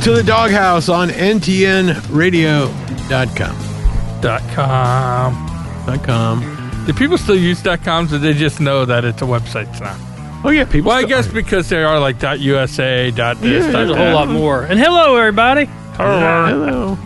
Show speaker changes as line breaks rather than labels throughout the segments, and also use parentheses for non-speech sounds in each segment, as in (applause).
to the doghouse on ntnradio.com.
Dot com.
Dot com.
Do people still use dot coms or they just know that it's a website now?
Oh, yeah, people.
Well, I
still-
guess because they are like dot USA, dot this,
Yeah, there's
dot
There's a whole lot more. And hello, everybody.
lot.
Hello.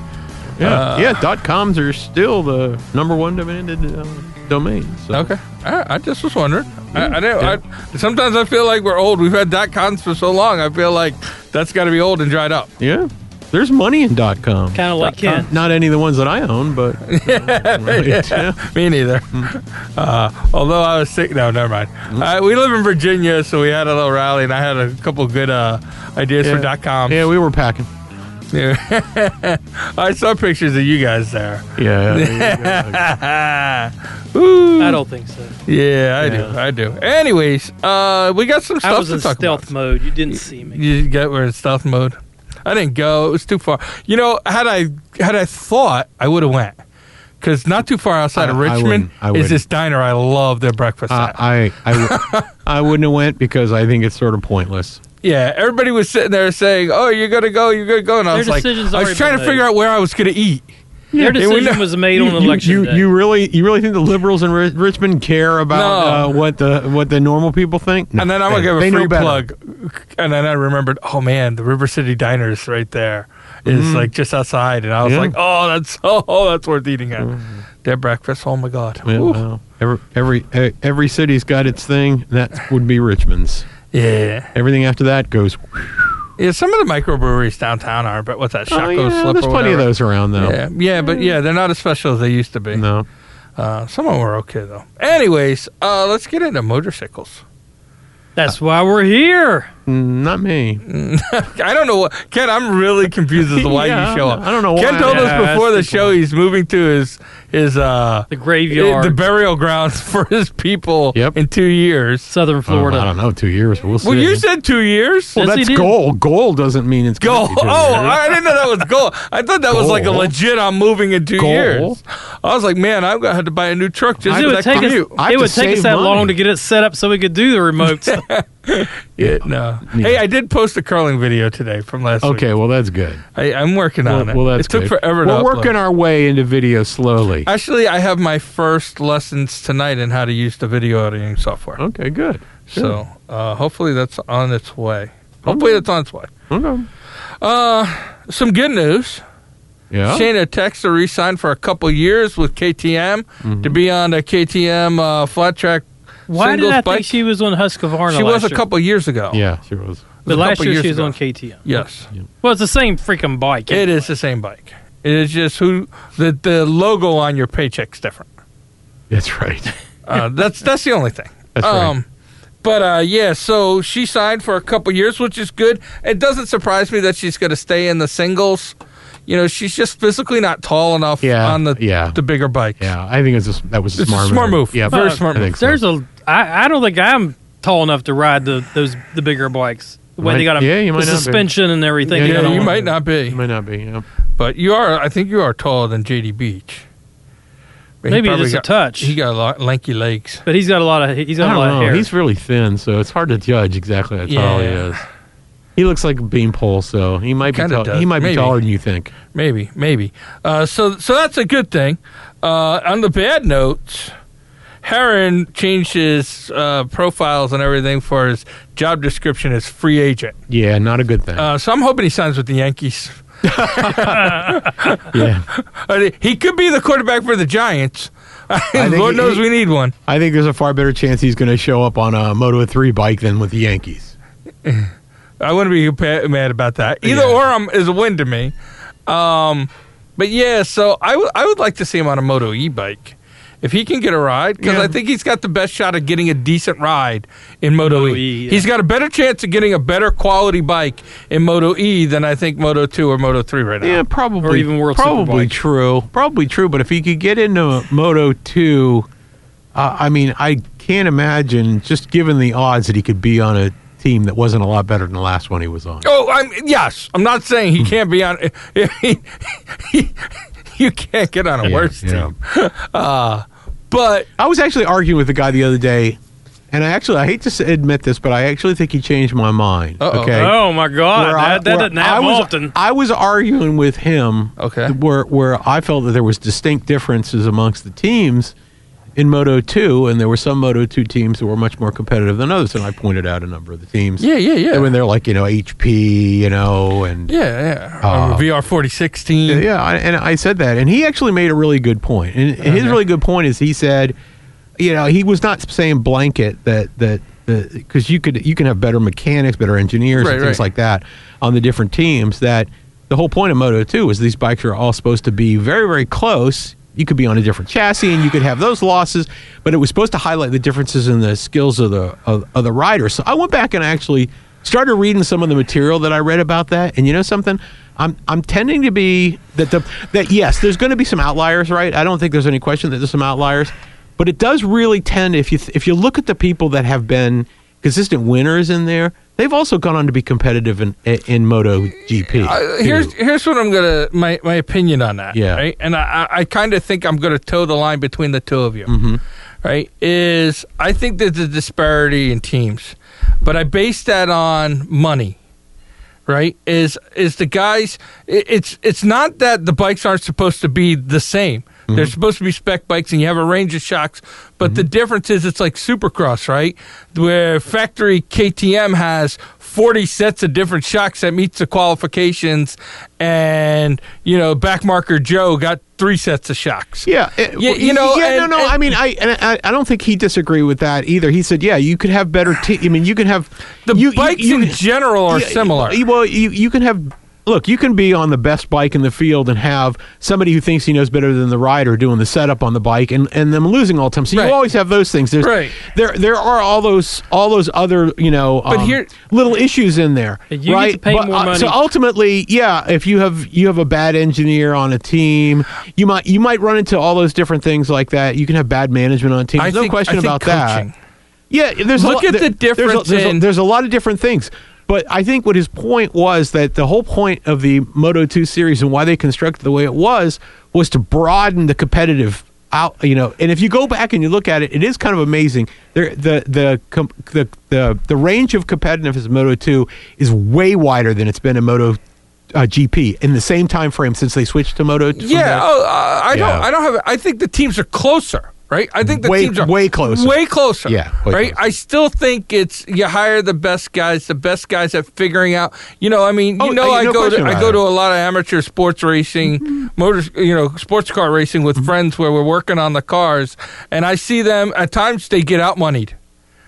Yeah,
Uh,
yeah. Dot coms are still the number one demanded uh, domain. So.
Okay. I, I just was wondering. I, I, know, I Sometimes I feel like we're old. We've had dot coms for so long. I feel like that's got to be old and dried up. (laughs)
Yeah, there's money in dot com.
Kind of like Ken.
Not any of the ones that I own,
(laughs)
but yeah.
Me neither.
Hmm.
Uh, although I was sick. No, never mind. Uh, we live in Virginia, so we had a little rally, and I had a couple good uh, ideas for dot coms.
yeah, we were packing.
Yeah. (laughs) I saw pictures of you guys there.
Yeah,
(laughs)
yeah,
Ooh.
I don't think so.
Yeah, I do.
Yeah.
I do. Anyways, uh, we got some stuff
I was
to
in
talk
stealth
about.
mode. You didn't see me.
You got we're in stealth mode. I didn't go. It was too far. You know, had I had I thought, I would have went. Because not too far outside of
I- I
Richmond
wouldn't. I
is this diner. I love their breakfast.
Uh,
at.
I I, w- I wouldn't have went because I think it's sort of pointless.
Yeah, everybody was sitting there saying, "Oh, you're gonna go, you're gonna go," and I
Their
was like,
decision's
I was
already
trying to
been
figure out where I was gonna eat.
Their
we
decision
know-
was made on
you,
election
you,
day.
you really you really think the liberals in Ri- Richmond care about
No.
uh, what the what the normal people think? No.
And then I'm
They-
gonna give a
they know
free
better.
plug. And then I remembered, oh man, the River City Diner is right there. It's like just outside, and I was
Mm. Yeah. Mm.
like, oh, that's (laughs) oh, that's worth eating at. Their breakfast, oh my god,
Yeah,
Ooh.
well, every every eh, every city's got its thing. That would be Richmond's.
yeah,
Everything after that goes.
yeah. Some of the microbreweries downtown are, but what's that? Shaco
Oh, yeah,
Slip
there's
or
plenty of
whatever.
those around though.
Yeah, yeah, but yeah, they're not as special as they used to be.
No.
Uh, some of them were okay though. Anyways, uh, let's get into motorcycles.
That's why we're here.
Mm, Not me.
I don't know what Ken. I'm really confused as to
(laughs)
why
Yeah,
you show
I don't-
up.
I don't know why.
Ken told
Yeah,
us before the
that's the
show he's moving to his his uh
The graveyard,
the burial grounds (laughs) for his people
Yep.
in two years.
Southern Florida.
Oh, I don't know. Two years. We'll see.
Well, you said two years.
Well,
Yes, he
that's
did.
goal. Goal doesn't mean it's
Goal.
gonna be two
Oh,
years.
I didn't know that was goal. I thought that was like a
Goal.
legit. I'm moving in two
Goal.
years. I was like, man, I'm gonna have to buy a new truck just
it
for
would
that
take us,
commute.
I have
it
to
would take
save
us that
money.
long to get it set up so we could do the remote. stuff.
Yeah, no. Hey, I did post a curling video today from last week.
Okay, well that's good.
I, I'm working
Well,
on it.
well, that's
it took
good.
forever.
We're
to upload.
working our way into video slowly.
Actually, I have my first lessons tonight in how to use the video editing software.
okay, good.
So uh, hopefully that's on its way.
Oh.
Hopefully that's on its way.
Okay.
Some good news.
Yeah.
Shayna Texter re-signed for a couple years with KTM to be on the KTM uh, flat track
why did
singles
I
bike.
think she was on Husqvarna?
She was
last
a
year?
couple years ago.
Yeah, she was.
But
a
last
couple
year
years
she was
ago.
on KTM.
Yes,
Well, it's the same freaking bike.
it is the same bike. It is just who the the logo on your paycheck's different.
That's right.
Uh, that's that's the only thing.
That's right.
Um, But uh, yeah, so she signed for a couple years, which is good. It doesn't surprise me that she's going to stay in the singles. You know, she's just physically not tall enough
Yeah,
on the
yeah.
the bigger bikes.
Yeah, I think it's a, that was a
It's a
smart
smart move.
Yeah,
Very
Uh,
smart
I
move.
think so.
There's a. I, I don't think I'm tall enough to ride the those the bigger bikes. The way
Might-
they got 'em-
yeah, you might
the
not be.
suspension and everything.
Yeah,
they
Yeah,
got
don't
you
on.
want
might
to-
not
It
be,
might not be. Yeah.
but you are. I think you are taller than JD Beach. But he
Maybe
probably
just a
got-
touch.
He got a lot lanky legs.
but he's got a lot of he's got
I
a lot
don't
of
know.
hair.
He's really thin, so it's hard to judge exactly how tall he
Yeah.
is. He looks like a beanpole, so he might be
Kinda
tall.
does.
He might
Maybe.
be taller than you think.
Maybe, maybe. Uh, so, so that's a good thing. Uh, on the bad notes, Heron changed his uh, profiles and everything for his job description as free agent.
Yeah, not a good thing.
Uh, so I'm hoping he signs with the Yankees.
yeah,
Uh, he could be the quarterback for the Giants. (laughs)
think
Lord
he-
knows we need one.
I think there's a far better chance he's going to show up on a Moto 3 bike than with the Yankees.
I wouldn't be pa- mad about that. Either
Yeah.
or um, is a win to me. Um, but yeah, so I would- I would like to see him on a Moto E bike if he can get a ride because
Yeah.
I think he's got the best shot of getting a decent ride in Moto,
Moto
e.
E, yeah.
He's got a better chance of getting a better quality bike in Moto E than I think Moto Two or Moto Three right now.
Yeah, probably.
Or even World
Probably
Superbike.
true. Probably true. But if he could get into Moto Two, uh, I mean, I can't imagine just given the odds that he could be on a team that wasn't a lot better than the last one he was on.
Oh, I'm yes. I'm not saying he can't be on. (laughs) you can't get on a
Yeah,
worse
yeah.
team, (laughs) uh, but
I was actually arguing with the guy the other day And I actually, I hate to s- admit this, but I actually think he changed my mind.
Uh-oh.
Okay.
Oh my God,
Where I-
that, that
where
doesn't happen
I was,
often.
I was arguing with him.
Okay.
Where where I felt that there was distinct differences amongst the teams in Moto Two, and there were some Moto Two teams that were much more competitive than others, and I pointed out a number of the teams.
Yeah, yeah, yeah.
And when they're like you know HP, you know, and
yeah, yeah.
Uh,
VR forty sixteen.
yeah, I, and I said that, and he actually made a really good point. And and his
Okay.
really good point is he said, you know, he was not saying blanket that that because you could you can have better mechanics, better engineers,
Right,
and things
right.
like that on the different teams. That the whole point of Moto Two is these bikes are all supposed to be very very close. You could be on a different chassis, and you could have those losses, but it was supposed to highlight the differences in the skills of the of, of the riders. So I went back and actually started reading some of the material that I read about that, and you know something, I'm I'm tending to be that the that yes, there's going to be some outliers, right? I don't think there's any question that there's some outliers, but it does really tend if you if you look at the people that have been consistent winners in there, they've also gone on to be competitive in in Moto GP.
Uh, here's here's what I'm gonna my, my opinion on that.
Yeah.
Right. And I I kind of think I'm gonna toe the line between the two of you. Mm-hmm. Right. Is I think there's a disparity in teams, but I base that on money. Right. Is is the guys? It, it's it's not that the bikes aren't supposed to be the same.
Mm-hmm.
They're supposed to be spec bikes, and you have a range of shocks. But the difference is, it's like Supercross, right? Where factory KTM has 40 sets of different shocks that meets the qualifications and you know backmarker joe got three sets of shocks
Yeah, it-
Y- you know,
yeah,
and-
no, no.
and-
I mean, I, and I, I don't think he disagreed with that either. He said, yeah, you could have better. Te- I mean, you can have
the
you, you-
bikes
you-
in general are
Yeah,
similar
y- Well, you, you can have look, you can be on the best bike in the field and have somebody who thinks he knows better than the rider doing the setup on the bike and, and them losing all the time. So
Right.
you always have those things. There's
Right.
there there are all those all those other, you know, um,
here-
little issues in there.
You get to
right? uh,
pay more money.
So ultimately, yeah, if you have you have a bad engineer on a team, you might you might run into all those different things like that. You can have bad management on a team.
I
There's no
think-
question
I
about
think coaching.
that. Yeah, there's
Look
a lot,
at
there- there's
the
a-
difference
There's a,
in-
there's a lot of different things, but I think what his point was that the whole point of the Moto Two series and why they constructed the way it was was to broaden the competitive out. You know, and if you go back and you look at it, it is kind of amazing. There, the the com- the the the range of competitiveness in Moto Two is way wider than it's been in Moto. Uh, GP in the same time frame since they switched to Moto. from
yeah
the-
oh, uh, i don't
Yeah.
i don't have i think the teams are closer right i think the
Way-
teams are
way closer.
way closer
Yeah, way
right
closer.
i still think it's you hire the best guys the best guys at figuring out you know i mean you
Oh,
know
uh,
i
no
go to
question
i
about
go
it. Mm-hmm.
to a lot of amateur sports racing motors you know sports car racing with friends where we're working on the cars and i see them at times they get out moneyed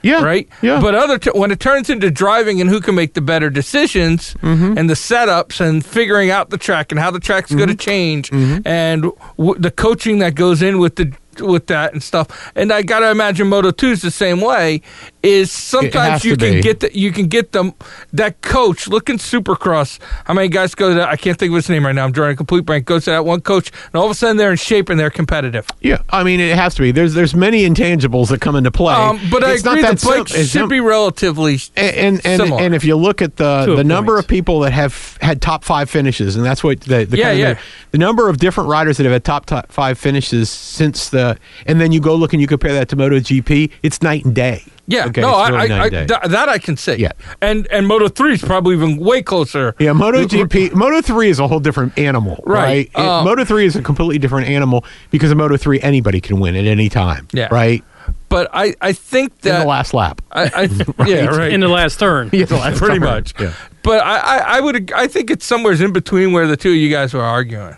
yeah,
right?
Yeah,
But other t- when it turns into driving and who can make the better decisions
Mm-hmm.
and the setups and figuring out the track and how the track's going to change
Mm-hmm.
and w- the coaching that goes in with the with that and stuff. And I got to imagine Moto 2 is the same way is sometimes
has
you
to
can
be.
get the, you can get them that coach look in Supercross. How many guys go to that? I can't think of his name right now. I'm drawing a complete blank. Goes to that one coach and all of a sudden they're in shape and they're competitive.
yeah. I mean, it has to be. There's there's many intangibles that come into play.
Um, but I
It's not
agree the
that sim-
bike
it's
should
sim-
be relatively
and and, and,
similar.
and if you look at the
To a
the number
point.
of people that have had top five finishes, and that's what the the,
Yeah,
kind of
yeah.
the, the number of different riders that have had top, top five finishes since the, and then you go look and you compare that to MotoGP, it's night and day.
Yeah,
okay,
no,
it's
I,
really night
I, I
and day.
th- that I can see.
Yeah.
and and Moto Three is probably even way closer.
Yeah, MotoGP, Moto three is a whole different animal,
Right,
right?
uh,
Moto three is a completely different animal because in Moto three anybody can win at any time,
Yeah.
right?
But I, I think
In
that
the last lap, (laughs)
I, I yeah, right.
in the last turn.
yeah, the last
pretty
turn.
much.
Yeah.
But I, I, I would ag- I think it's somewhere in between where the two of you guys were arguing.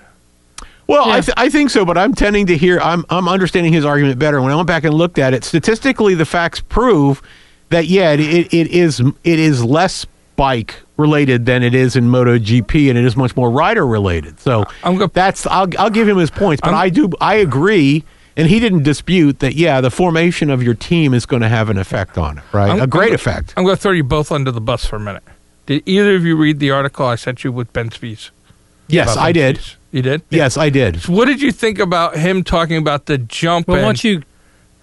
Well,
Yeah.
I, th- I think so, but I'm tending to hear I'm I'm understanding his argument better. When I went back and looked at it statistically, the facts prove that yeah, it it, it is it is less bike related than it is in MotoGP, and it is much more rider related. So
I'm go-
that's I'll I'll give him his points, but
I'm-
i do I agree. And he didn't dispute that. Yeah, the formation of your team is going to have an effect on it, right?
I'm-
a great
I'm-
effect.
I'm going to throw you both under the bus for a minute. Did either of you read the article I sent you with Ben Spies?
yes,
About
I
Ben
did.
Spies? You did.
Yes, I did.
So what did you think about him talking about the jump?
Well,
and-
why don't you,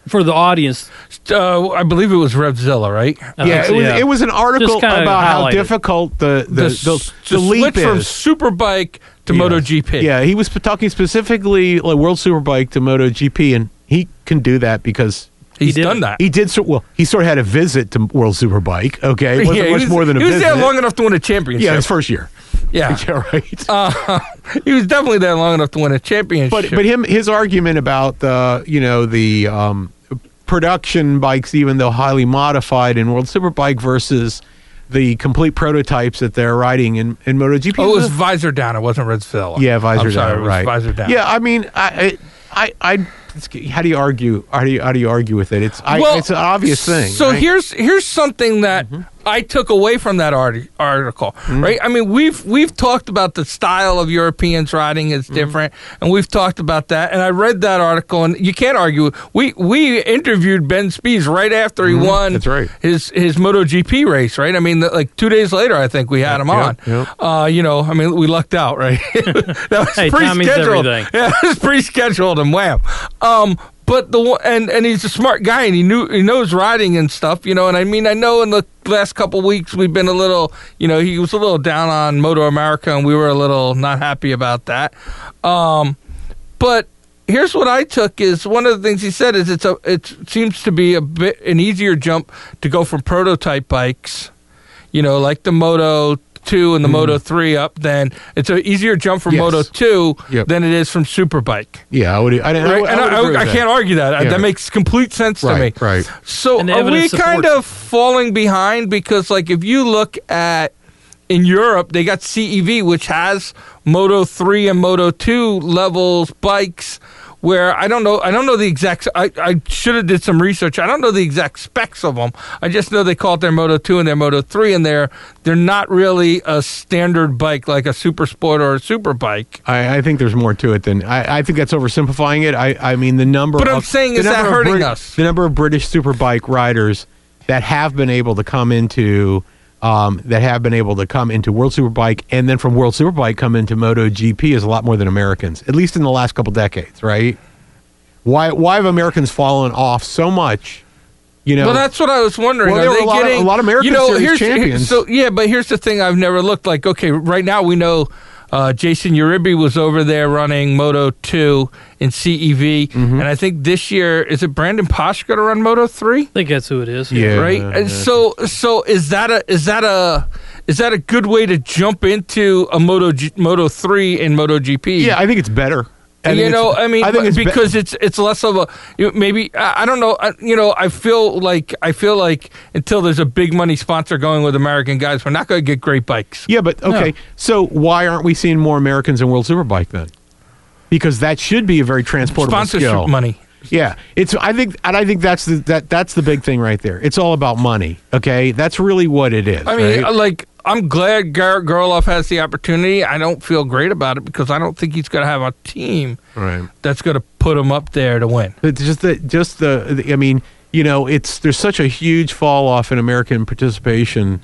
for the audience, uh,
uh, I believe it was Revzilla, right?
I
yeah,
think
it
so,
was, it was an article
Just kinda
about how
highlighted.
difficult the the,
s-
the, the leap
switch from
is.
Superbike to
Yes.
MotoGP.
Yeah, he was p- talking specifically like World Superbike to MotoGP, and he can do that because
He's
did
done
it.
that.
He did so well. He sort of had a visit to World Superbike. Okay, it
(laughs)
wasn't
he
much
was-
more than a
he was
visit.
there long Oh, enough to win a championship.
yeah, his first year. (laughs)
yeah. (laughs) Uh,
Yeah, right.
he was definitely there long enough to win a championship.
but but him his argument about the you know the um, production bikes, even though highly modified in World Superbike versus the complete prototypes that they're riding in in MotoGP.
oh, it was
is a-
visor down. It wasn't Redzilla.
yeah, visor
I'm sorry,
down,
it was
right?
Visor down.
Yeah, I mean, I I, I it's- how do you argue? How do you how do you argue with it? It's I, it's an obvious thing.
So
right? Mm-hmm.
here's here's something that I took away from that arti- article, right? I mean, we've we've talked about the style of Europeans riding
Mm-hmm.
is different, and we've talked about that. And I read that article, and you can't argue. We we interviewed Ben Spees right after he
Mm-hmm.
won.
That's right.
His his MotoGP race, right? I mean, the, like two days later, I think we had him
Yep,
on.
yep.
Uh, you know, I mean, we lucked out, right? (laughs) that was
Hey, timing's
pre-scheduled.
everything.
(laughs) Yeah, it was pre-scheduled and wham. Um, but the one- and and he's a smart guy and he knew he knows riding and stuff, you know. And I mean, I know in the last couple weeks we've been a little, you know, he was a little down on Moto America and we were a little not happy about that. Um, but here's what I took is one of the things he said is it's a it seems to be a bit an easier jump to go from prototype bikes, you know, like the Moto two
Mm.
and the Moto three up. Then it's an easier jump from
Yes.
Moto two
Yep.
than it is from Superbike.
yeah, I would. I, I,
Right?
would-
and
I, would
I,
agree with
I,
that.
can't argue that. I-
Yeah.
That makes complete sense to me.
Right, right.
So
And the
are we
evidence
kind
supports
of falling behind because, like, if you look at in Europe, they got CEV, which has Moto three and Moto two levels bikes. Where I don't know, I don't know the exact. I, I should have did some research. I don't know the exact specs of them. I just know they call it their Moto two and their Moto three, and they're they're not really a standard bike like a super sport or a super bike.
I, I think there's more to it than I, I think that's oversimplifying it. I, I mean the number.
But
of,
I'm saying,
the
is that
number of
hurting
Brit-
us?
The number of British superbike riders that have been able to come into um, that have been able to come into World Superbike and then from World Superbike come into MotoGP is a lot more than Americans, at least in the last couple decades, right? Why why have Americans fallen off so much? You know,
Well, that's what I was wondering.
Well,
Are
there were
they
a lot of-
getting
a lot of American
you know,
Series
here's- here-
champions.
So yeah, but here's the thing: I've never looked like okay. Right now, we know uh, Jason Uribe was over there running Moto two in CEV,
Mm-hmm.
and I think this year is it Brandon Posh going to run Moto three?
I think that's who it is.
Yeah.
Right.
yeah,
and
yeah.
so, so is that a is that a is that a good way to jump into a Moto G, Moto three and Moto GP?
yeah, I think it's better. I think
you know,
it's-
I mean, but-
be-
because it's it's less of a you know, maybe I I don't know. I, you know, I feel like I feel like until there's a big money sponsor going with American guys, we're not going to get great bikes.
Yeah, but okay. So why aren't we seeing more Americans in World Superbike then? Because that should be a very transportable
Sponsorship
skill.
money.
Yeah, it's. I think, and I think that's the that that's the big thing right there. It's all about money. Okay, that's really what it is.
I mean,
right?
like I'm glad Garrett Gerloff has the opportunity. I don't feel great about it because I don't think he's going to have a team
right.
that's going to put him up there to win.
It's just the just the, the- I mean, you know, it's there's such a huge fall off in American participation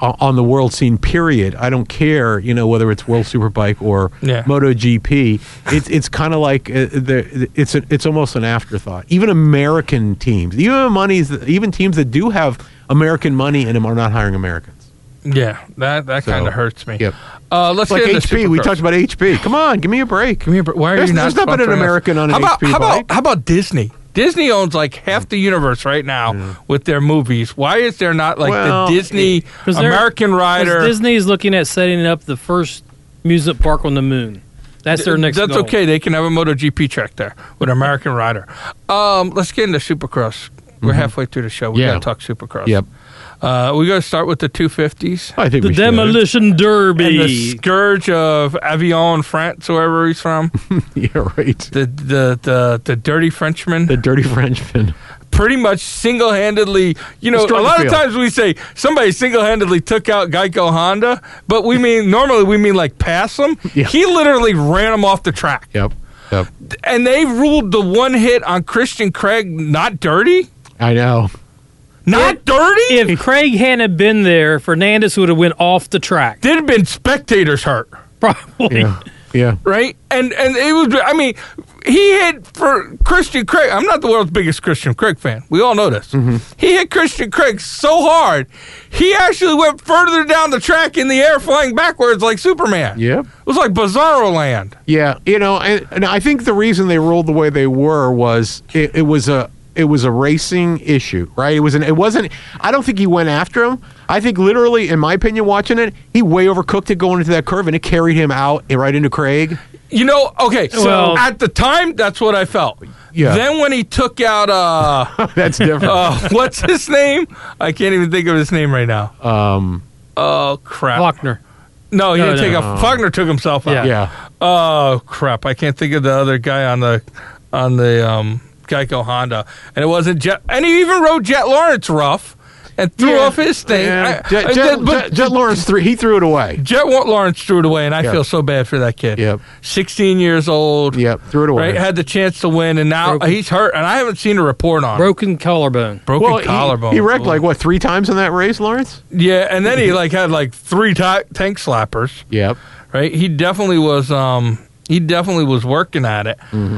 o- on the world scene. Period. I don't care, you know, whether it's World Superbike or
Yeah.
MotoGP. It's it's kind of like uh, the, it's a, it's almost an afterthought. Even American teams, even monies, even teams that do have American money in them are not hiring Americans.
Yeah, that that
So,
kind of hurts me.
yep.
Uh,
It's
let's
like
get into
HP. We
Supercross.
talked about HP. Come on, give me a break.
Come here, but why are
There's-
you not?
there's not been an
sponsoring us?
American on an
how about,
HP
how
bike.
About, how about Disney? Disney owns like half the universe right now
Mm.
with their movies. Why is there not like
Well,
the Disney
'Cause they're-
American
'Cause
Rider?
Disney is looking at setting up the first amusement park on the moon. That's their next.
That's
goal.
okay. They can have a MotoGP track there with American Rider. Um, let's get into Supercross. We're
Mm-hmm.
halfway through the show. We
Yeah.
got to talk Supercross.
Yep.
Uh, we got to start with the 250s.
I think
The
we should.
demolition
And
derby.
the scourge of Avion, France, wherever he's from,
(laughs)
(laughs)
yeah, right.
the the the, the dirty (laughs) Frenchman.
The dirty Frenchman.
pretty much single-handedly you know
Destroyed
a
the
lot of
field.
times we say somebody single-handedly took out geico honda but we mean (laughs) normally we mean like pass them
Yeah.
he literally ran them off the track
Yep. Yep.
and they ruled the one hit on christian craig not dirty
I know.
not dirty
if Craig hadn't been there, Fernandez would have went off the track.
there'd have been spectators hurt
Probably.
Yeah. Yeah.
right? And and it was I mean, he hit for Christian Craig. I'm not the world's biggest Christian Craig fan. We all know this.
Mm-hmm.
He hit Christian Craig so hard, he actually went further down the track in the air, flying backwards like Superman.
Yep.
it was like Bizarro Land.
Yeah. You know, and, and I think the reason they ruled the way they were was it, it was a it was a racing issue, right? It was an it wasn't I don't think he went after him. I think literally in my opinion watching it, he way overcooked it going into that curve and it carried him out and right into Craig. (laughs)
You know, okay. So
Well-
at the time, that's what I felt.
Yeah.
Then when he took
(laughs)
out uh,
That's different.
uh what's his name? I can't even think of his name right now.
um
Oh crap!
Lochner.
no, he
No,
didn't
no.
take out. Faulkner took himself out.
yeah.
Oh crap! I can't think of the other guy on the on the um, Geico Honda, and it wasn't Jet. And he even rode Jet Lawrence rough and threw
Yeah.
off his thing.
Yeah.
I-
Jet,
I-
Jet,
but-
Jet- Jet Lawrence three he threw it away.
Jet Wa- Lawrence threw it away, and I
Yeah.
feel so bad for that kid.
Yep.
16 years old.
Yep, threw it away.
Right, had the chance to win, and now
Broken-
he's hurt, and I haven't seen a report on him.
Broken collarbone.
broken
well, he-
collarbone.
He, wrecked like what three times in that race, Lawrence?
yeah, and then he like had like three ta- tank slappers.
Yep.
Right, he definitely was. Um, he definitely was working at it.
Mm-hmm.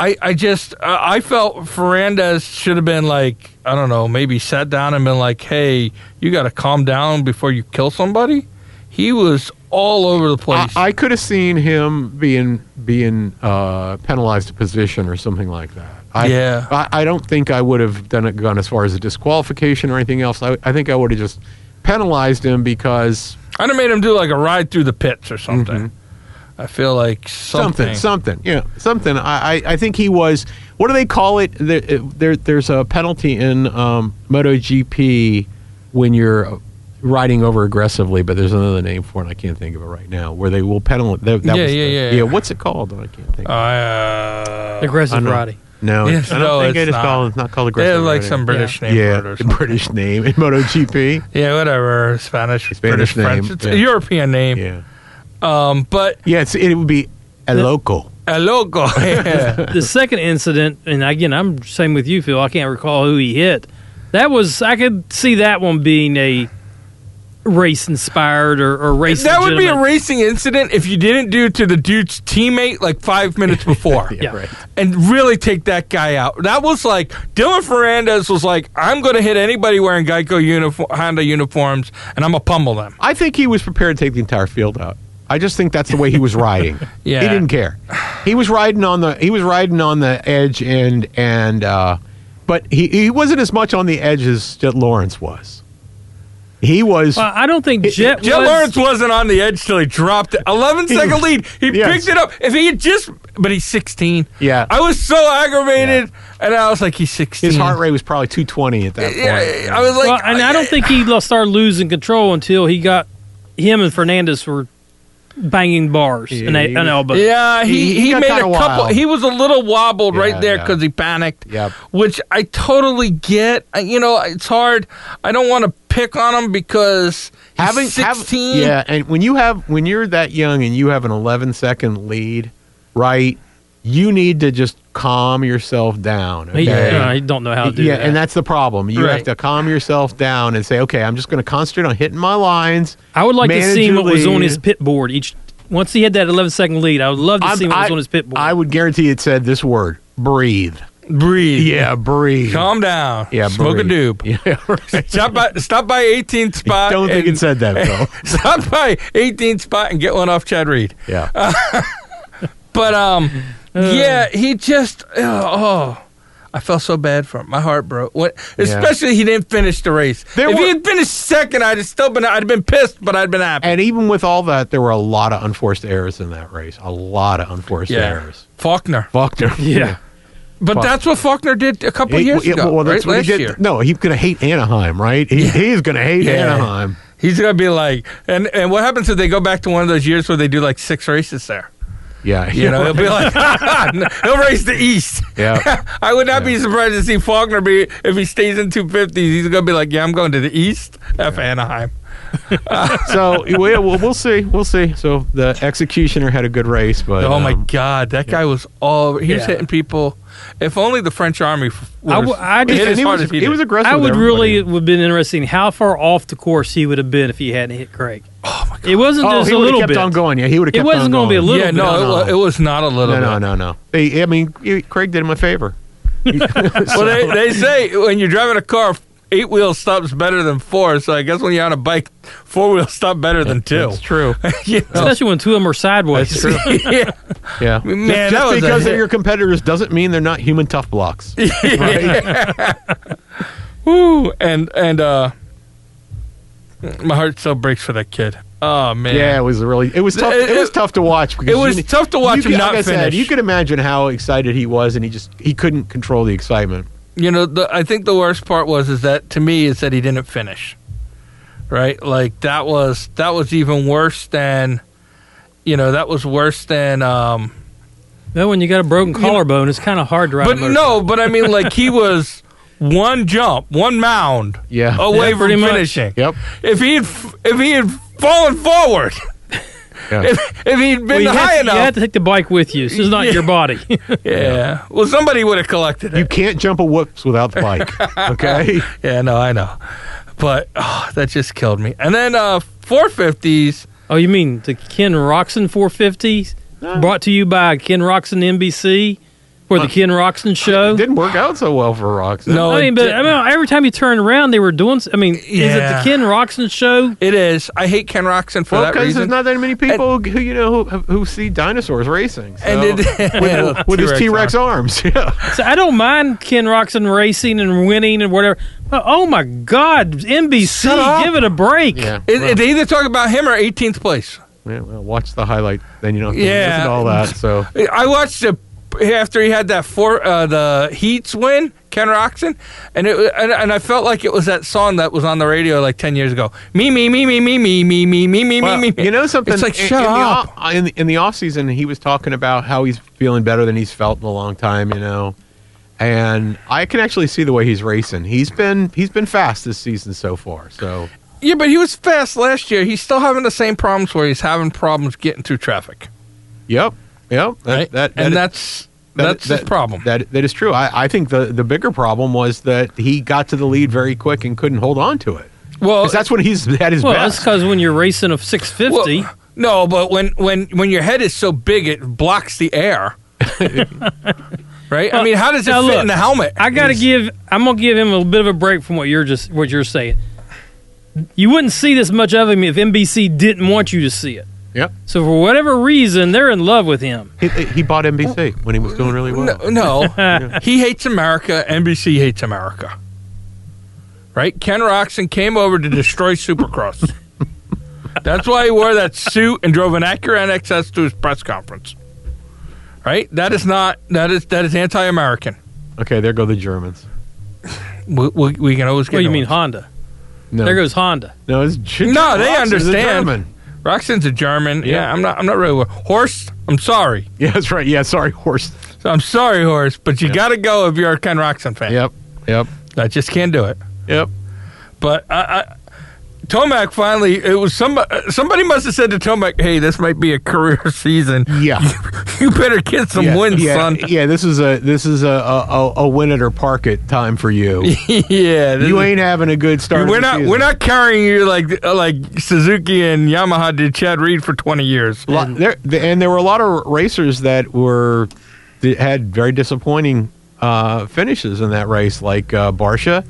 I I just I I felt Fernandez should have been like I don't know maybe sat down and been like, hey, you got to calm down before you kill somebody. He was all over the
I,
place.
I could have seen him being being uh, penalized a position or something like that. I,
Yeah.
I, I don't think I would have done it gone as far as a disqualification or anything else. I, I think I would have just penalized him because
I'd have made him do like a ride through the pits or something. I feel like something.
Mm-hmm. something, something, yeah, something. I, I, I think he was. What do they call it? There, there there's a penalty in um, MotoGP when you're riding over aggressively, but there's another name for it. and I can't think of it right now. Where they will penalize. That, that
Yeah,
was
yeah,
the-
yeah, yeah.
yeah. What's it called? I can't
Oh,
think.
Uh,
I
Aggressive
know.
Roddy.
No,
Yes,
I don't
no,
think
it's
it is
not.
called. It's not called
they
aggressive.
have like
riding.
some British name
yeah,
for it or
the
something.
(laughs) British name in
(laughs)
MotoGP.
Yeah, whatever. Spanish, British,
Spanish name,
French. It's
yeah.
a European name.
yeah,
Um, but
yeah, it's, it would be a local.
a
(laughs)
loco. (laughs) Yeah.
the second incident, and again, I'm same with you, Phil. I can't recall who he hit. That was I could see that one being a race inspired or, or race.
that would be a
legitimate.
racing incident if you didn't do to the dude's teammate like five minutes before.
(laughs) Yeah.
right.
And really take that guy out. That was like Dylan Fernandez was like, I'm going to hit anybody wearing Geico uniform, Honda uniforms, and I'm going to pummel them.
I think he was prepared to take the entire field out. I just think that's the way he was riding.
(laughs) Yeah.
he didn't care. He was riding on the he was riding on the edge and and uh, but he he wasn't as much on the edge as Jet Lawrence was. He was.
Well, I don't think Jet.
Jet
was,
Lawrence wasn't on the edge till he dropped it. 11 second lead. He
Yes.
picked it up. If he had just, but he's 16.
Yeah.
I was so aggravated, and I was like, he's 16.
his heart rate was probably 220 at that point.
Yeah, I was like,
well, and I don't think he lo- started losing control until he got him and Fernandez were banging bars and
Yeah,
a-
he
an
was-
elbow.
Yeah, he,
He-
he,
he got
made a
kinda
couple.
wild.
He was a little wobbled right
Yeah,
there
yeah.
because he panicked.
Yep.
Which I totally get. I, you know, it's hard. I don't want to pick on him because he's
having have-
16.
yeah, and when you have when you're that young and you have an 11 second lead, right? You need to just calm yourself down.
He,
okay?
no, he don't know how to do
yeah,
that.
and that's the problem. You
Right.
have to calm yourself down and say, okay, I'm just going to concentrate on hitting my lines.
I would like to see what was
manage
on
your
his
lead.
pit board each. Once he had that 11 second lead, I would love to
I'm-
see what was
I-
on his pit board.
I would guarantee it said this word: breathe.
breathe.
Yeah, breathe.
calm down.
Yeah,
smoke
breathe.
a
(laughs)
doob.
Yeah, right.
Stop by, stop by 18th
(laughs)
spot.
Don't think
and-
it said that
(laughs)
though.
Stop by 18th spot and get one off Chad Reed.
Yeah. (sighs)
But um, yeah, he just oh, I felt so bad for him. My heart broke. What? Especially he didn't finish the race.
There
if
were-
he had finished second, I'd have still been. I'd have been pissed, but I'd been happy.
and even with all that, there were a lot of unforced errors in that race. A lot of unforced
Yeah.
errors.
Faulkner.
Faulkner.
yeah.
But
Faulkner.
that's what Faulkner did a couple
He-
years
yeah,
ago.
well, that's
right?
what
Last
he did.
year.
No, he's going to hate Anaheim, right? He, He's going to hate
Yeah.
Anaheim.
He's gonna be like, and and what happens if they go back to one of those years where they do like six races there?
Yeah.
You know, he'll be like, (laughs) he'll race the East.
yeah.
(laughs) I would not be surprised to see Faulkner be if he stays in 250s. He's gonna be like, yeah, I'm going to the East. F Anaheim.
(laughs) So yeah, we'll, we'll see. We'll see. So the executioner had a good race, but
oh my
um,
God, that guy was all he was
Yeah.
hitting people. If only the French army f-
I
was
w- I
hit
just-
and
as
he
hard
was,
as he
he
did.
was aggressive.
I
with
would really it
everybody.
would have been interesting how far off the course he would have been if he hadn't hit Craig. Oh my god! It wasn't
Oh,
just
he
a
would've
little
kept
bit.
on going. Yeah, he would have
It
kept
wasn't
on going.
gonna be a little
yeah,
bit.
no,
No,
it,
no.
wa- it was not a little
No,
bit.
no, no, no.
(laughs)
They, I mean, you- Craig did him a favor. (laughs)
Well, they, they say when you're driving a car eight wheel stops better than four. So I guess when you're on a bike, four wheel stop better than two.
That's true.
You know?
Especially when two of them are sideways.
That's true.
(laughs)
(laughs)
yeah.
Yeah.
Man,
just
that was a
because they're
hit.
your competitors doesn't mean they're not human tough blocks.
Woo. And and uh, my heart still breaks for that kid. Oh man.
Yeah, it was really it was tough. It,
It-
was
it-
tough to watch. Because
it was
you-
tough to watch
you
him
could-
not
like I said,
finish.
you could imagine how excited he was, and he just he couldn't control the excitement.
You know, the, I think the worst part was is that to me is that he didn't finish. Right? Like that was that was even worse than you know, that was worse than um
Then when you got a broken collarbone, it's kind of hard to ride. a
but
motorcycle.
no, but I mean like
(laughs)
he was one jump, one mound
Yeah.
away
Yeah,
from
pretty much.
finishing.
Yep.
If he had f- if he had fallen forward, (laughs)
Yeah.
if, if he'd been
Well, you,
high
have to, you have
enough,
to take the bike with you. So it's not
Yeah.
your
(laughs)
body.
yeah. Well, somebody would have collected
(laughs)
it.
You can't jump a whoops without the bike.
(laughs)
Okay.
yeah, no, I know, but oh, that just killed me. And then uh, 450s.
oh, you mean the Ken Roxon 450? Brought to you by Ken Roxon NBC for the Ken Roxon show.
Uh, Didn't work out so well for Roxanne.
No,
I mean, but
it-
I mean, every time you turn around, they were doing. s- I mean,
Yeah.
is it the Ken Roxon show?
It is. I hate Ken Roxon for
Well,
that
because
reason.
there's not that many people who you know who, who see dinosaurs racing. So.
and (laughs) it,
with, (laughs) with his T Rex arms. (laughs) Yeah.
So I don't mind Ken Roxon racing and winning and whatever. But, oh my God,
Shut
NBC,
up.
give it a break.
Yeah.
It,
well,
it- they either talk about him or 18th place.
yeah, well, watch the highlight, then you don't have to
Yeah.
listen to all that. So
I watched it after he had that four uh, the Heats win, Ken Roxon, and it wa- and, and I felt like it was that song that was on the radio like 10 years ago. Me me me me me me me me me me
Well,
me me.
you know something.
It's like
in,
shut
in
up.
The off, in, in the off season, he was talking about how he's feeling better than he's felt in a long time. You know, and I can actually see the way he's racing. He's been he's been fast this season so far. So
yeah, but he was fast last year. He's still having the same problems where he's having problems getting through traffic.
yep, yep. That,
Right?
that, that
and
is-
that's
that-
that's
that-
his problem.
That that is true. I, I think the the bigger problem was that he got to the lead very quick and couldn't hold on to it.
well,
Because that's when he's (laughs) at his
Well, that's
best.
because when you're racing a 650,
Well, no, but when, when when your head is so big it blocks the air.
(laughs)
right? I mean, how does it
now
fit
look,
in the helmet?
I gotta give. I'm gonna give him a little bit of a break from what you're just what you're saying. You wouldn't see this much of him if NBC didn't want you to see it.
Yep.
So for whatever reason, they're in love with him.
He, he bought NBC when he was doing really well.
No,
(laughs)
no. he hates America. NBC hates America. Right? Ken Roxon came over to
(laughs)
destroy Supercross. That's why he wore that suit and drove an Acura NXS to his press conference. Right? That is not that is that is anti-American.
Okay, there go the Germans.
We, we, we can always get.
Well, you
no
mean
ones.
Honda?
No,
There goes Honda.
No, it's Jim
No, they
Ross is a
understand.
German.
Roxon's a German. Yeah,
Yeah.
I'm not. I'm not really. wor- Horst, I'm sorry.
(laughs) Yeah, that's right. Yeah, sorry, horse.
So I'm sorry, Horst, but you got to go if you're a Ken Roxon fan.
Yep, yep,
I just can't do it.
yep.
But I, I, Tomac finally, it was somebody. Somebody must have said to Tomac, "Hey, this might be a career (laughs) season.
Yeah.
you better get (laughs) some
yeah,
wins,
yeah, (laughs)
son."
Yeah, this is a this is a a, a- a win it or park it time for you.
(laughs) yeah, this
you
is-
ain't having a good start. to
We're
the
not.
season.
We're not carrying you like uh, like Suzuki and Yamaha did Chad Reed for 20 years.
Lo- there, the- and there were a lot of racers that were that had very disappointing uh, finishes in that race, like uh, Barsha.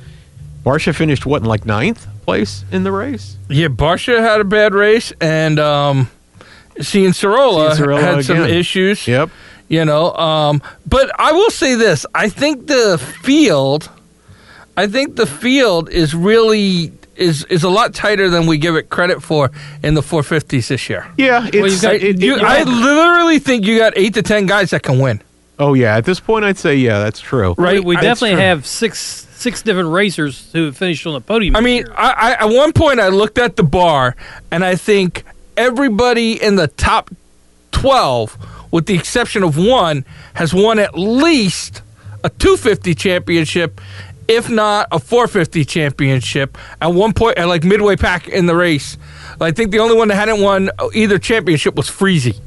Barsha finished what in like ninth place in the race.
Yeah, Barsha had a bad race, and um, seeing Cirola,
Cianciarola
had some
again.
issues.
Yep.
You know, um, but I will say this: I think the field, I think the field is really is is a lot tighter than we give it credit for in the 450s this year.
Yeah, it's,
you've got-
it- it-
You,
it-
I literally think you got eight to ten guys that can win.
oh yeah, at this point I'd say yeah, that's true.
Right,
We, we
I-
definitely
it's true.
have six six different racers who have finished on the podium.
I
this
mean,
year.
I, I at one point I looked at the bar and I think everybody in the top twelve, with the exception of one, has won at least a two fifty championship, if not a four fifty championship. At one point, at like midway pack in the race, I think the only one that hadn't won either championship was Freezy.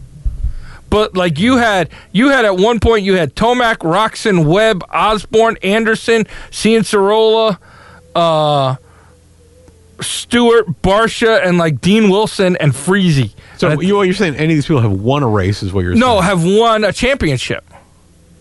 But like you had, you had at one point you had Tomac, Roxon, Webb, Osborne, Anderson, Cianciarola, uh, Stewart, Barsha, and like Dean Wilson and Freezy.
So
And I-
you, what you're saying any of these people have won a race is what you're
no,
saying?
have won a championship.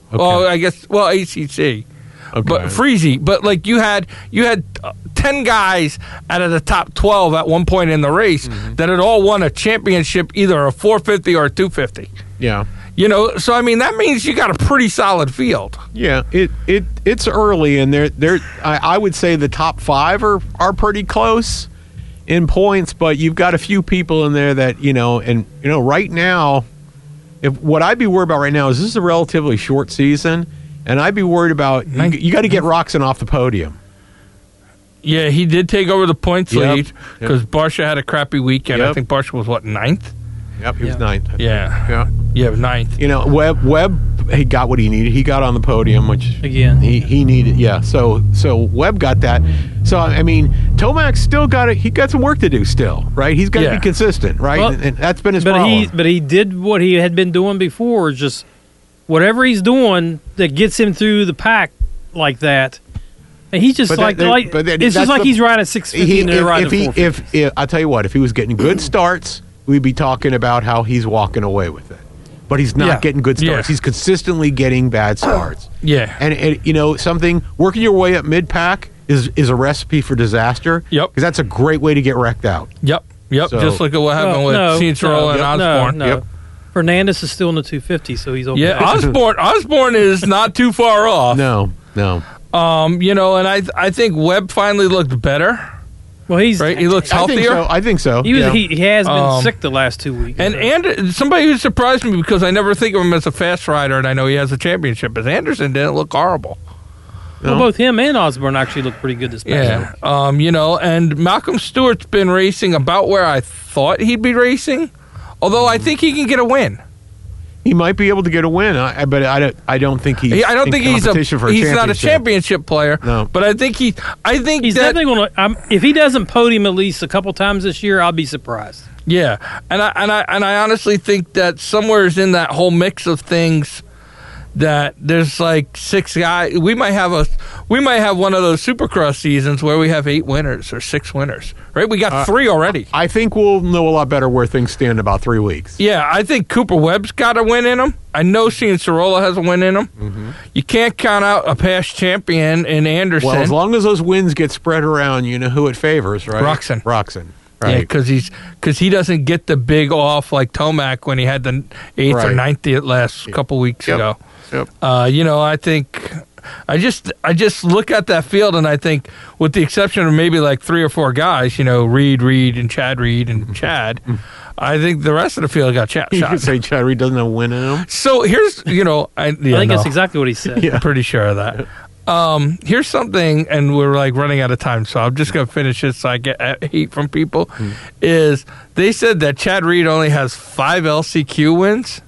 Okay.
Well, I guess well ACC, but
Okay.
Freezy. But like you had you had uh, ten guys out of the top twelve at one point in the race
Mm-hmm.
that had all won a championship, either a 450 or a 250.
Yeah.
You know, so I mean that means you got a pretty solid field.
Yeah, it, it it's early and they're they're I, I would say the top five are are pretty close in points, but you've got a few people in there that, you know, and you know, right now if what I'd be worried about right now is this is a relatively short season and I'd be worried about you,
Nin-
you gotta get Roxon off the podium.
Yeah, he did take over the points
Yep.
lead because Barsha had a crappy weekend. I
Yep.
think Barsha was what ninth.
Yep, he was
Yeah.
ninth.
Yeah,
Yeah.
yeah, ninth.
You know, Webb Webb he got what he needed. He got on the podium, which
Again.
He, he needed yeah. So so Webb got that. So I mean, Tomac's still got it. He got some work to do still, right? He's got to
Yeah.
be consistent, right?
Well,
and, and that's been his
but
problem.
he but he did what he had been doing before. Just whatever he's doing that gets him through the pack like that, and he's just
But that-
like
there-
like
but that-
it's
that's
just like
the-
he's riding six
He-
fifteen and
if,
they're riding
if he
four.
if, if I tell you what, if he was getting good starts, we'd be talking about how he's walking away with it. But he's not
Yeah.
getting good
Yeah.
starts. He's consistently getting bad starts.
Yeah,
And, and you know something, working your way up mid pack is is a recipe for disaster.
Yep.
because that's a great way to get wrecked out.
yep, yep.
So-
Just look at what happened
Well,
with
no,
Cintro
no,
and
no,
Osborne.
no.
Yep.
Fernandez is still in the two fifty, so he's
(laughs)
okay.
Yeah, Osborne. Osborne is not too far off.
No, no.
Um, you know, and I I think Webb finally looked better.
well, he's
Right, he looks
I think
healthier.
so. I think so.
He was
yeah.
he, he has been
Um,
sick the last two weeks.
And and somebody who surprised me because I never think of him as a fast rider, and I know he has a championship. But Anderson didn't look horrible.
well, both him and Osborne actually look pretty good this
Yeah.
past
Um, you know, and Malcolm Stewart's been racing about where I thought he'd be racing, although I think he can get a win.
He might be able to get a win, I, I- but I don't. I don't think he's.
He- I don't
in
think he's a,
competition for a
he's not a
championship.
championship player.
No.
But I think he I think
He's
that,
definitely going to. Um, if he doesn't podium at least a couple times this year, I'll be surprised.
yeah. And I and I and I honestly think that somewhere is in that whole mix of things that there's like six guys we might have a we might have one of those supercross seasons where we have eight winners or six winners. Right? We
Uh,
got three already.
I think we'll know a lot better where things stand in about three weeks.
Yeah, I think Cooper Webb's got a win in him. I know Sean Sorolla has a win in him.
Mm-hmm.
You can't count out a past champion in Anderson.
Well, as long as those wins get spread around, you know who it favors, right?
Roxon.
Roxon.
Yeah,
Right.
because he's because he doesn't get the big off like Tomac when he had the eighth or
Right.
ninth at last couple weeks
Yep.
ago.
Yep.
Uh, you know, I think I just I just look at that field and I think, with the exception of maybe like three or four guys, you know, Reed, Reed, and Chad Reed and Chad, I think the rest of the field got chat
Mm-hmm. (laughs) You could
shots.
say Chad Reed doesn't have a win in him.
So here's you know I, yeah,
I think
no.
that's exactly what he said.
Yeah.
I'm pretty sure of that. Um, here's something, and we're like running out of time, so I'm just gonna finish this. So I get uh, heat from people.
Hmm.
Is they said that Chad Reed only has five LCQ wins,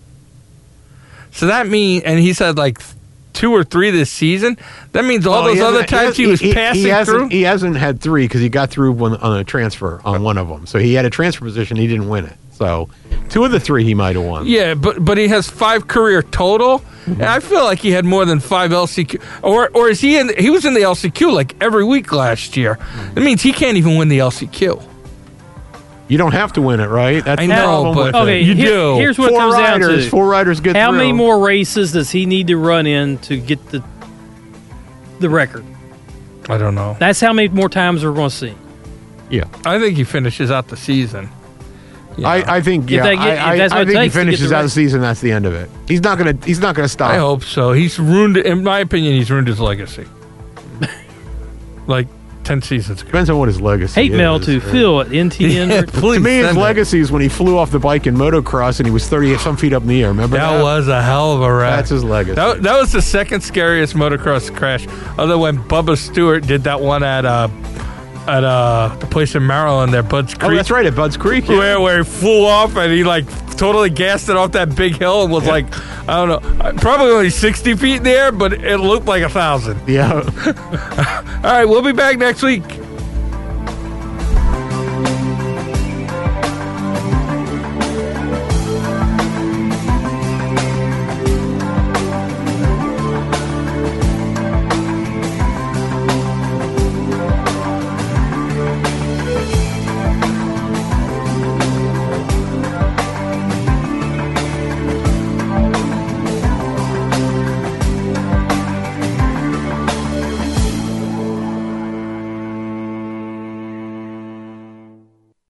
so that mean, and he said like th- two or three this season. That means
Well,
all those
hasn't-
other times he, was
hasn't-
passing
he hasn't,
through.
He hasn't had three because he got through one, on a transfer on one of them. So he had a transfer position. He didn't win it. So two of the three he might have won.
yeah, but but he has five career total, and I feel like he had more than five LCQ. Or or is he in? He was in the LCQ like every week last year.
Hmm.
That means he can't even win the LCQ.
You don't have to win it, right? That's
I
the
know,
problem
but-
with it.
Okay,
You
here-
do.
here's Oh, what it
four
comes down
riders,
to.
four riders get
How
through.
many more races does he need to run in to get the the record?
I don't know.
That's how many more times we're going to see.
Yeah.
I think he finishes out the season. Yeah.
I, I think yeah.
they get- if
I, I,
that's what
I
it
think he
takes to get
finishes
the
out
right-
the season. That's the end of it. He's not gonna. He's not gonna stop.
I hope so. He's ruined, in my opinion, he's ruined his
(laughs)
legacy. like ten
(laughs)
seasons ago.
Depends on what his legacy.
Hate
is,
mail to
right?
Phil at
(laughs)
NTN.
(laughs)
To me, his
send it.
legacy is when he flew off the bike in motocross and he was 38 some feet up in the air. Remember that?
That was a hell of a wreck.
That's his legacy.
That, that was the second scariest motocross crash, other than when Bubba Stewart did that one at uh at uh the place in Maryland there, Bud's Creek.
oh, that's right, at Bud's Creek. yeah.
Where, where he flew off and he like totally gassed it off that big hill and was like, I don't know, probably only 60 feet in the air, but it looked like a thousand.
Yeah.
All right, we'll be back next week.